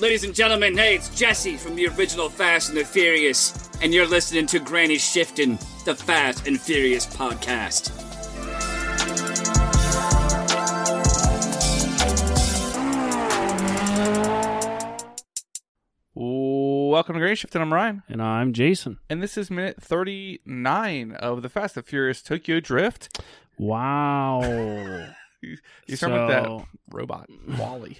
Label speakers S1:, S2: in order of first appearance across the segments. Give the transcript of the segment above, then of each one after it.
S1: Ladies and gentlemen, hey, it's Jesse from the original Fast and the Furious, and you're listening to Granny Shifting, the Fast and Furious podcast.
S2: Welcome to Great Shift, and I'm Ryan.
S3: And I'm Jason.
S2: And this is minute 39 of the Fast and Furious Tokyo Drift.
S3: Wow.
S2: You you sound like that robot, Wally.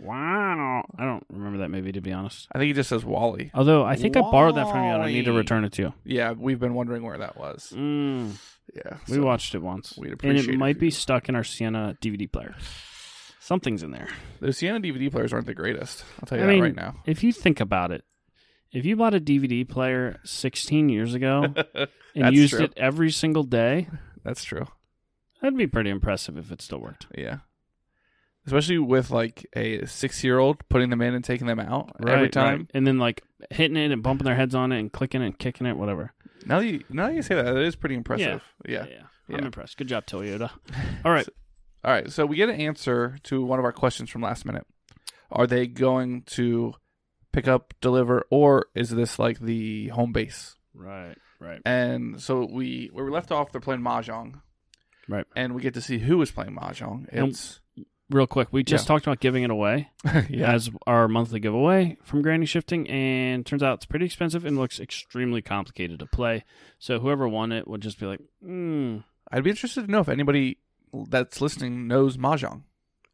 S3: wow. I don't remember that movie, to be honest.
S2: I think he just says Wally.
S3: Although, I think I borrowed that from you and I need to
S2: Wally.
S3: return it to you.
S2: Yeah, we've been wondering where that was.
S3: Mm,
S2: Yeah.
S3: we
S2: so-
S3: watched it once.
S2: we'd
S3: and
S2: appreciate it
S3: it
S2: if
S3: might
S2: you-
S3: be stuck in our Sienna DVD player. Something's in there.
S2: Those Sienna DVD players aren't the greatest. I'll tell you
S3: I
S2: that
S3: mean,
S2: right now.
S3: if you think about it, if you bought a DVD player 16 years ago and
S2: That's
S3: used
S2: true.
S3: it every single day,
S2: That's true.
S3: that'd be pretty impressive if it still worked.
S2: Yeah. Especially with like a six year old putting them in and taking them out every
S3: Right,
S2: time.
S3: right. And then, like, hitting it and bumping their heads on it and clicking it and kicking it, whatever.
S2: Now that you now that you say that, that is pretty impressive. Yeah.
S3: yeah.
S2: Yeah.
S3: I'm impressed. Good job, Toyota. All right.
S2: All right. So we get an answer to one of our questions from last minute. Are they going to pick up, deliver, or is this like the home base?
S3: Right, right,
S2: And so we where we left off, they're playing mahjong,
S3: right.
S2: and we get to see who is playing mahjong.
S3: And-
S2: It's
S3: Real quick, we just
S2: Yeah.
S3: talked about giving it away
S2: yeah,
S3: as our monthly giveaway from Granny Shifting, and turns out it's pretty expensive and looks extremely complicated to play. So whoever won it would just be like, mm,
S2: I'd be interested to know if anybody that's listening knows mahjong.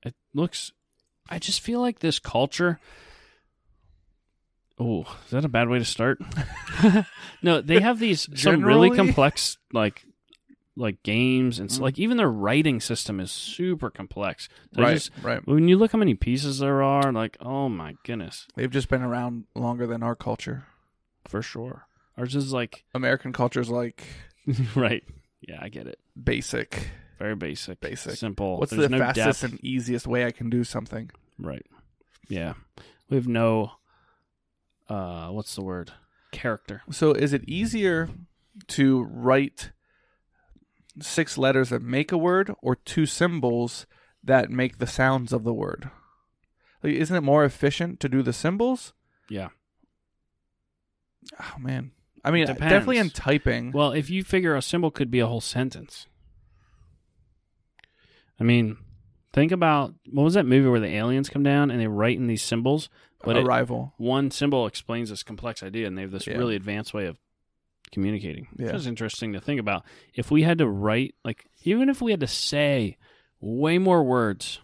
S3: it looks. I just feel like this culture. Oh, is that a bad way to start? no, they have these some really
S2: Generally? Mm.
S3: complex like like games and s like even their writing system is super complex. They
S2: right,
S3: just
S2: right.
S3: When you look how many pieces there are, like, oh my goodness,
S2: They've just been around longer than our culture.
S3: for sure. Ours is like,
S2: American culture is like
S3: right? Yeah, I get it.
S2: basic.
S3: Very basic,
S2: Basic.
S3: simple.
S2: What's
S3: There's
S2: the
S3: no
S2: fastest
S3: depth.
S2: and easiest way I can do something?
S3: Right. Yeah, we have no. Uh, what's the word? Character.
S2: So is it easier to write six letters that make a word or two symbols that make the sounds of the word? Like, isn't it more efficient to do the symbols?
S3: Yeah.
S2: Oh man. I mean,
S3: Depends.
S2: definitely in typing.
S3: Well, if you figure a symbol could be a whole sentence. I mean, think about what was that movie where the aliens come down and they write in these symbols, but it,
S2: arrival.
S3: one symbol explains this complex idea and they have this
S2: Yeah.
S3: really advanced way of communicating
S2: Yeah.
S3: which is interesting to think about if we had to write like even if we had to say way more words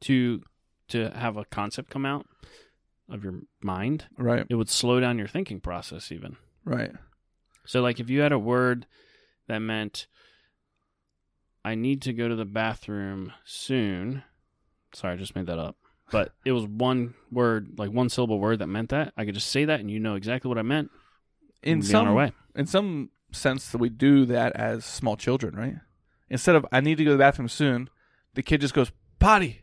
S3: to to have a concept come out of your mind
S2: Right.
S3: it would slow down your thinking process even
S2: Right.
S3: so like if you had a word that meant I need to go to the bathroom soon. Sorry, I just made that up. But it was one word, like one syllable word that meant that. I could just say that and you know exactly what I meant.
S2: In
S3: We'd be on
S2: some
S3: our way.
S2: in some sense we do that as small children, right? Instead of I need to go to the bathroom soon, the kid just goes potty.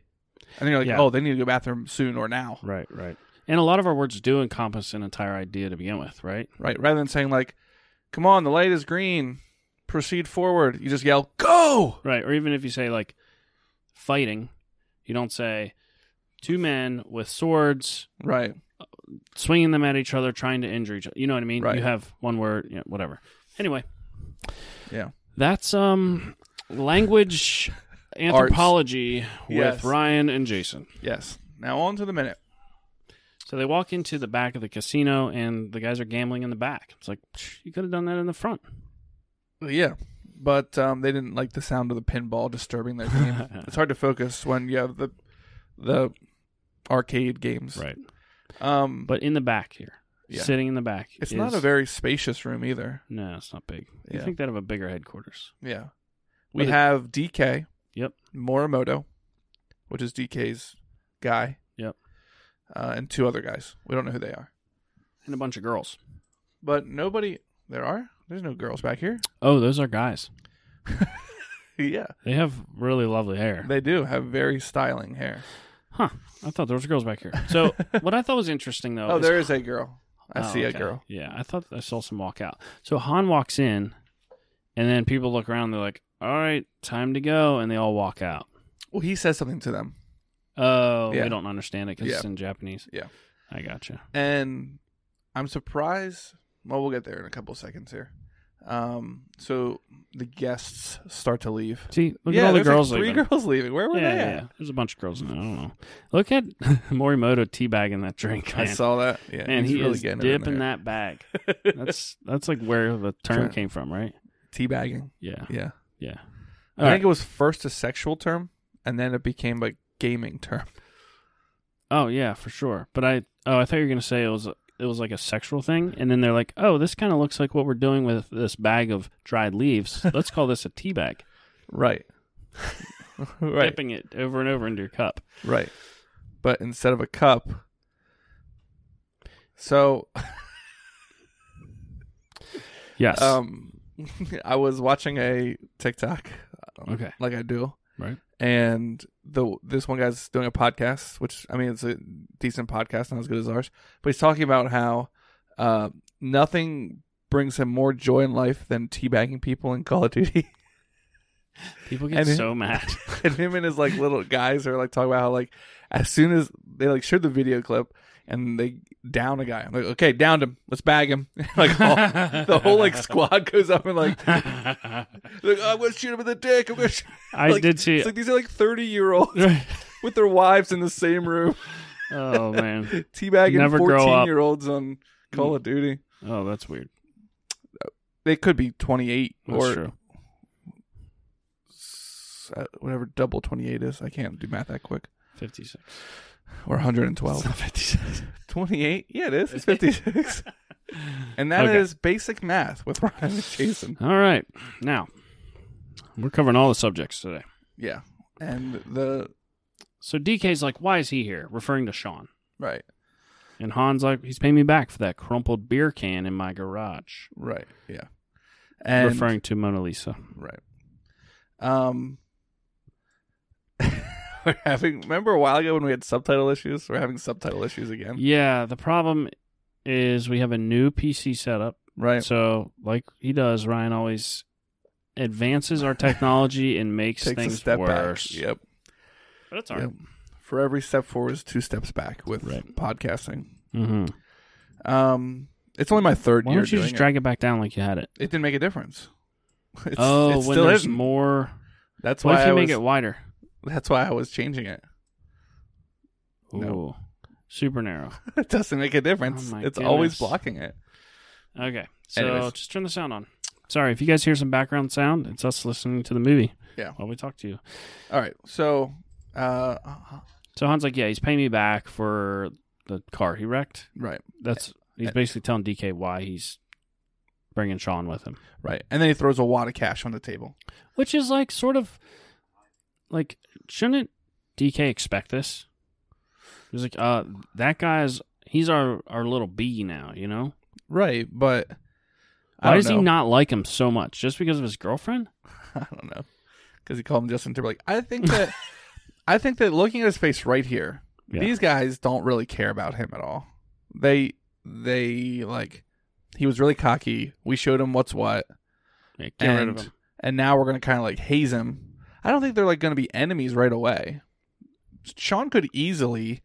S2: And then you're like,
S3: Yeah.
S2: "Oh, they need to go to the bathroom soon or now."
S3: Right, right. And a lot of our words do encompass an entire idea to begin with, right?
S2: right? Rather than saying like, "Come on, the light is green, proceed forward," you just yell, "Go!"
S3: Right. Or even if you say like fighting, you don't say two men with swords
S2: Right,
S3: swinging them at each other, trying to injure each other. You know what I mean?
S2: Right.
S3: You have one word, you know, whatever. Anyway,
S2: yeah,
S3: That's um language anthropology with
S2: Yes.
S3: Ryan and Jason.
S2: yes. Now on to the minute.
S3: So they walk into the back of the casino and the guys are gambling in the back. It's like "Psh, you could have done that in the front.
S2: Yeah, but um, they didn't like the sound of the pinball disturbing their game. it's hard to focus when you have the the arcade games.
S3: Right.
S2: Um,
S3: But in the back here.
S2: Yeah.
S3: Sitting in the back.
S2: it's not
S3: is-
S2: a very spacious room either.
S3: No, it's not big. You
S2: Yeah.
S3: think they'd have a bigger headquarters.
S2: Yeah, we
S3: But it-
S2: have DK.
S3: Yep.
S2: Morimoto, which is DK's guy.
S3: Yep.
S2: Uh, and two other guys. We don't know who they are.
S3: And a bunch of girls.
S2: But nobody. There are. There's no girls back here.
S3: Oh, those are guys.
S2: yeah,
S3: They have really lovely hair.
S2: they do have very styling hair.
S3: huh. I thought there was girls back here. So what I thought was interesting though
S2: Oh,
S3: is
S2: there is a girl. I
S3: Oh,
S2: see
S3: okay.
S2: a girl.
S3: Yeah, I thought I saw some walk out. So Han walks in, and then people look around. They're like, "All right, time to go," and they all walk out.
S2: Well, he says something to them.
S3: Oh,
S2: Yeah.
S3: we don't understand it because it's
S2: Yeah.
S3: in Japanese.
S2: Yeah.
S3: I gotcha.
S2: And I'm surprised. Well, we'll get there in a couple seconds here. Um, so the guests start to leave.
S3: See, look
S2: yeah,
S3: at all the
S2: there's, like,
S3: girls.
S2: three
S3: leaving.
S2: girls leaving. Where were
S3: yeah,
S2: they
S3: yeah,
S2: at?
S3: yeah. There's a bunch of girls in there. I don't know. Look at Morimoto teabagging that drink.
S2: I
S3: Man.
S2: saw that. Yeah,
S3: Man,
S2: he's
S3: he
S2: really
S3: is
S2: getting
S3: dipping
S2: it in
S3: that bag.
S2: there.
S3: That's that's like where the term
S2: Trying-
S3: came from, right?
S2: teabagging.
S3: Yeah,
S2: Yeah,
S3: yeah.
S2: I
S3: All
S2: think it was first a sexual term, and then it became a gaming term.
S3: Oh yeah, for sure. But I oh I thought you were gonna say it was it was like a sexual thing, and then they're like, oh, this kind of looks like what we're doing with this bag of dried leaves. Let's call this a tea bag.
S2: Right. right.
S3: Dipping it over and over into your cup.
S2: Right. But instead of a cup. So
S3: Yes.
S2: um I was watching a TikTok. um,
S3: Okay.
S2: Like I do.
S3: Right.
S2: And the this one guy's doing a podcast, which I mean it's a decent podcast, not as good as ours. But he's talking about how uh, nothing brings him more joy in life than teabagging people in Call of Duty.
S3: People get
S2: and it-
S3: so mad.
S2: and him and his like little guys are like talking about how like as soon as they like showed the video clip and they down a guy, I'm like, okay, downed him, let's bag him. like all, the whole like squad goes up and like, like "Oh, I'm gonna shoot him in the dick. I'm gonna shoot.
S3: I
S2: Like,
S3: did see.
S2: It's like these are like 30 year olds with their wives in the same room,
S3: oh man.
S2: teabagging
S3: Never grow up.
S2: 14 year olds on Call of Duty.
S3: Oh, that's weird.
S2: They could be 28
S3: That's
S2: or
S3: true.
S2: s- uh, whatever double 28 is. I can't do math that quick.
S3: Fifty six.
S2: Or 112.
S3: Fifty six.
S2: 28 yeah it is it's 56 and that is
S3: Okay.
S2: basic math with ryan and jason
S3: All right. Now we're covering all the subjects today.
S2: yeah and the
S3: So DK's like, why is he here? Referring to Sean.
S2: right
S3: And Han's like, he's paying me back for that crumpled beer can in my garage,
S2: right yeah and
S3: referring to Mona Lisa.
S2: right um we're having remember a while ago when we had subtitle issues we're having subtitle issues again
S3: Yeah, the problem is we have a new PC setup.
S2: right
S3: So, like he does, Ryan always advances our technology and makes
S2: takes a
S3: things
S2: step
S3: worse.
S2: back yep
S3: But it's all
S2: yep for every step forward is two steps back with
S3: Right.
S2: podcasting
S3: Mm-hmm.
S2: um it's only my third
S3: Why
S2: year
S3: don't you
S2: doing
S3: just
S2: it.
S3: drag it back down like you had it?
S2: it didn't make a difference it's,
S3: oh,
S2: it
S3: when
S2: still
S3: there's
S2: isn't.
S3: more.
S2: That's
S3: What
S2: why
S3: if you
S2: I
S3: make
S2: was,
S3: it wider?
S2: That's why I was changing it.
S3: Ooh,
S2: No.
S3: super narrow.
S2: it doesn't make a difference.
S3: Oh my
S2: it's always
S3: goodness.
S2: blocking it.
S3: Okay, so
S2: Anyways.
S3: just turn the sound on. Sorry if you guys hear some background sound. It's us listening to the movie.
S2: Yeah.
S3: while we talk to you.
S2: All right. So, uh,
S3: So Han's like, yeah, he's paying me back for the car he wrecked.
S2: right,
S3: That's he's basically telling DK why he's bringing Sean with him,
S2: right, and then he throws a wad of cash on the table.
S3: which is like sort of like shouldn't DK expect this? He's like, uh, that guy's he's our our little bee now, you know.
S2: Right, but I
S3: Why
S2: don't
S3: does
S2: know.
S3: he not like him so much? Just because of his girlfriend?
S2: I don't know because he called him Justin Timberlake. I think that I think that looking at his face right here,
S3: Yeah.
S2: these guys don't really care about him at all. They they like he was really cocky. We showed him what's what.
S3: Yeah, get rid of
S2: And-
S3: him.
S2: and now we're gonna kind of like haze him. I don't think they're like gonna be enemies right away. Sean could easily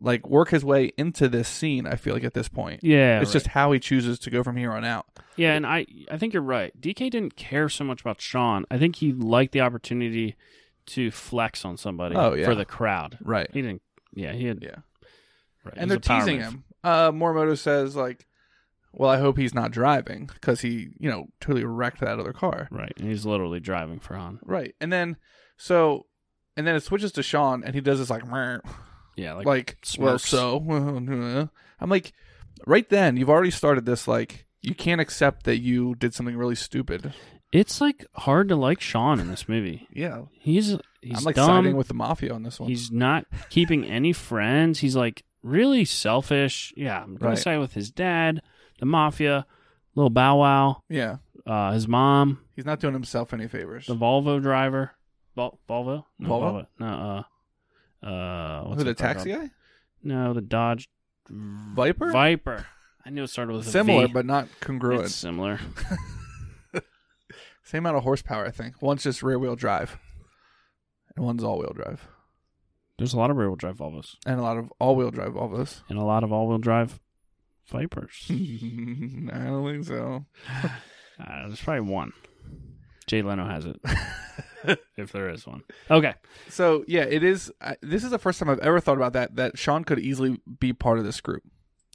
S2: like work his way into this scene. I feel like at this point,
S3: Yeah,
S2: it's
S3: right.
S2: just how he chooses to go from here on out.
S3: Yeah, and I I think you're right. DK didn't care so much about Sean. I think he liked the opportunity to flex on somebody
S2: Oh, yeah.
S3: for the crowd.
S2: Right.
S3: He didn't. Yeah, he had.
S2: Yeah.
S3: Right,
S2: And
S3: it
S2: they're
S3: was a power
S2: teasing
S3: move.
S2: him. Uh, Morimoto says like, "Well, I hope he's not driving because he, you know, totally wrecked that other car."
S3: Right, and he's literally driving for Han.
S2: Right. And then so, and then it switches to Sean, and he does this like, "Meow."
S3: Yeah, like,
S2: like, well,
S3: smirks.
S2: so I'm like, right then, you've already started this. Like, you can't accept that you did something really stupid.
S3: it's like hard to like Sean in this movie.
S2: Yeah,
S3: He's he's
S2: I'm like
S3: dumb.
S2: siding with the mafia on this one.
S3: he's not keeping any friends. He's like really selfish. Yeah, I'm gonna
S2: Right.
S3: side with his dad, the mafia, little Bow Wow,
S2: yeah,
S3: uh, his mom,
S2: he's not doing himself any favors.
S3: The Volvo driver. Vol- Volvo? No,
S2: Volvo?
S3: No, uh, uh, what's
S2: Who the
S3: that car
S2: taxi
S3: called?
S2: guy?
S3: No, the Dodge
S2: Viper?
S3: Viper. I knew it started with a
S2: Similar,
S3: V.
S2: but not congruent.
S3: it's similar.
S2: Same amount of horsepower, I think. One's just rear wheel drive, and one's all wheel drive.
S3: There's a lot of rear wheel drive Volvos
S2: and a lot of all-wheel drive Volvos.
S3: and a lot of all wheel drive Vipers.
S2: Hmm. I don't think so.
S3: Uh, there's probably one. Jay Leno has it, if there is one. Okay.
S2: So yeah, it is. I, this is the first time I've ever thought about that. That Sean could easily be part of this group,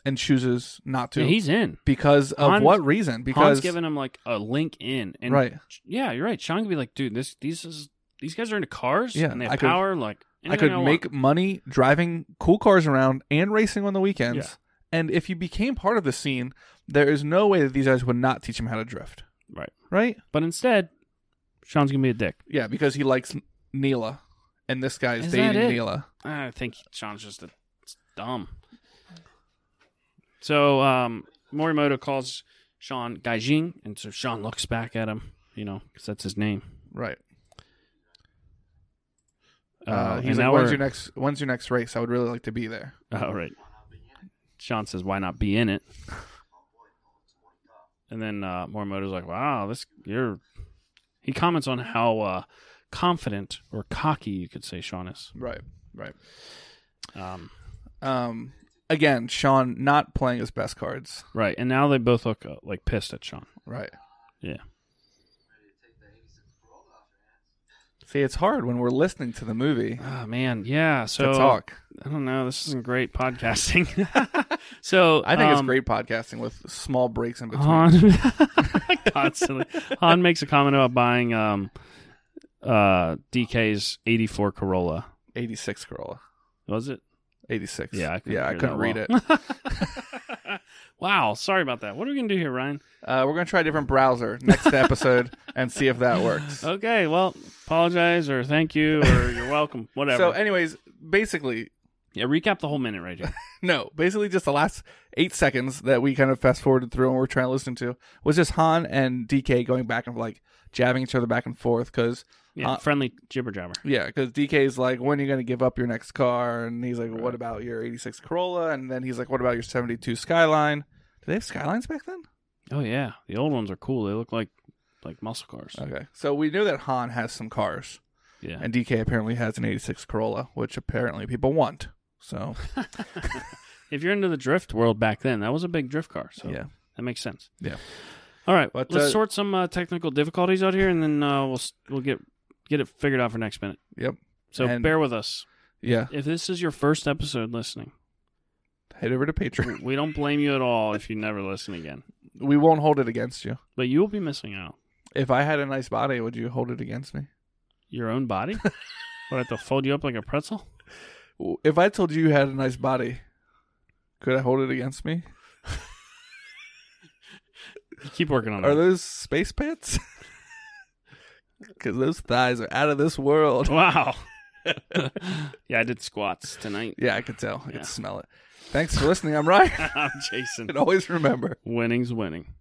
S2: and chooses not to
S3: Yeah, he's in.
S2: because of
S3: Hans-
S2: what reason?
S3: Han's
S2: Because
S3: giving him like a link in, and
S2: right,
S3: yeah, you're right. Sean could be like, dude, this these is these guys are into cars,
S2: Yeah,
S3: and they
S2: I
S3: have
S2: could-
S3: power. like,
S2: I could
S3: anything want.
S2: make money driving cool cars around and racing on the weekends.
S3: Yeah.
S2: And if you became part of the scene, there is no way that these guys would not teach him how to drift.
S3: Right.
S2: Right?
S3: but instead, Sean's gonna be a dick.
S2: Yeah, because he likes N- Neela, and this guy is,
S3: Is that
S2: dating
S3: it?
S2: Neela.
S3: I think Sean's just a, it's dumb. So um, Morimoto calls Sean Gaijing, and so Sean looks back at him, you know, because that's his name.
S2: Right. Uh,
S3: Uh,
S2: he's
S3: and now
S2: like, "When's
S3: we're-
S2: your next? When's your next race? I would really like to be there."
S3: Oh, right. Sean says, "Why not be in it?" And then uh, Morimoto's like, "Wow, this you're." He comments on how uh, confident or cocky you could say Sean is.
S2: Right. Right.
S3: Um,
S2: Um. Again, Sean not playing his best cards.
S3: right, and now they both look uh, like pissed at Sean.
S2: Right.
S3: Yeah.
S2: See, it's hard when we're listening to the movie
S3: Oh man, yeah. So
S2: to talk.
S3: I don't know. This isn't great podcasting. so
S2: I think it's
S3: um,
S2: great podcasting with small breaks in between.
S3: Han constantly. Han makes a comment about buying um, uh, DK's '84 Corolla.
S2: 86 Corolla.
S3: Was it?
S2: 86.
S3: Yeah, I couldn't
S2: yeah, I
S3: hear
S2: couldn't
S3: that
S2: read
S3: well.
S2: it.
S3: wow, sorry about that. What are we gonna do here, Ryan?
S2: Uh, we're gonna try a different browser next episode and see if that works.
S3: Okay, well, apologize or thank you or you're welcome, whatever.
S2: So, eh, anyways, basically,
S3: yeah, recap the whole minute right here.
S2: no, basically, just the last eight seconds that we kind of fast forwarded through and we're trying to listen to was just Han and DK going back and like jabbing each other back and forth because
S3: Yeah,
S2: Uh,
S3: friendly jibber jabber.
S2: Yeah, because DK's like, when are you going to give up your next car? And he's like, what about your 86 Corolla? And then he's like, what about your 72 Skyline? Do they have Skylines back then?
S3: Oh yeah, the old ones are cool. They look like like muscle cars.
S2: Okay. So we knew that Han has some cars,
S3: yeah.
S2: Uh, and DK apparently has an 86 Corolla, which apparently people want. So,
S3: if you're into the drift world back then, that was a big drift car. So
S2: yeah.
S3: that makes sense.
S2: Yeah.
S3: All right,
S2: But,
S3: let's
S2: uh,
S3: sort some uh, technical difficulties out here, and then uh, we'll s- we'll get get it figured out for next minute.
S2: Yep.
S3: So
S2: And-
S3: bear with us.
S2: Yeah.
S3: If this is your first episode listening,
S2: Head over to Patreon.
S3: we don't blame you at all if you never listen again.
S2: We won't hold it against you.
S3: But you will be missing out.
S2: If I had a nice body, would you hold it against me?
S3: Your own body? Would I have to fold you up like a pretzel?
S2: If I told you you had a nice body, could I hold it against me?
S3: Keep working on that.
S2: Are those space pants? Because those thighs are out of this world.
S3: Wow. yeah, I did squats tonight.
S2: Yeah, I could tell. I
S3: Yeah.
S2: could smell it. Thanks for listening. I'm Ryan.
S3: I'm Jason.
S2: and always remember.
S3: Winning's winning.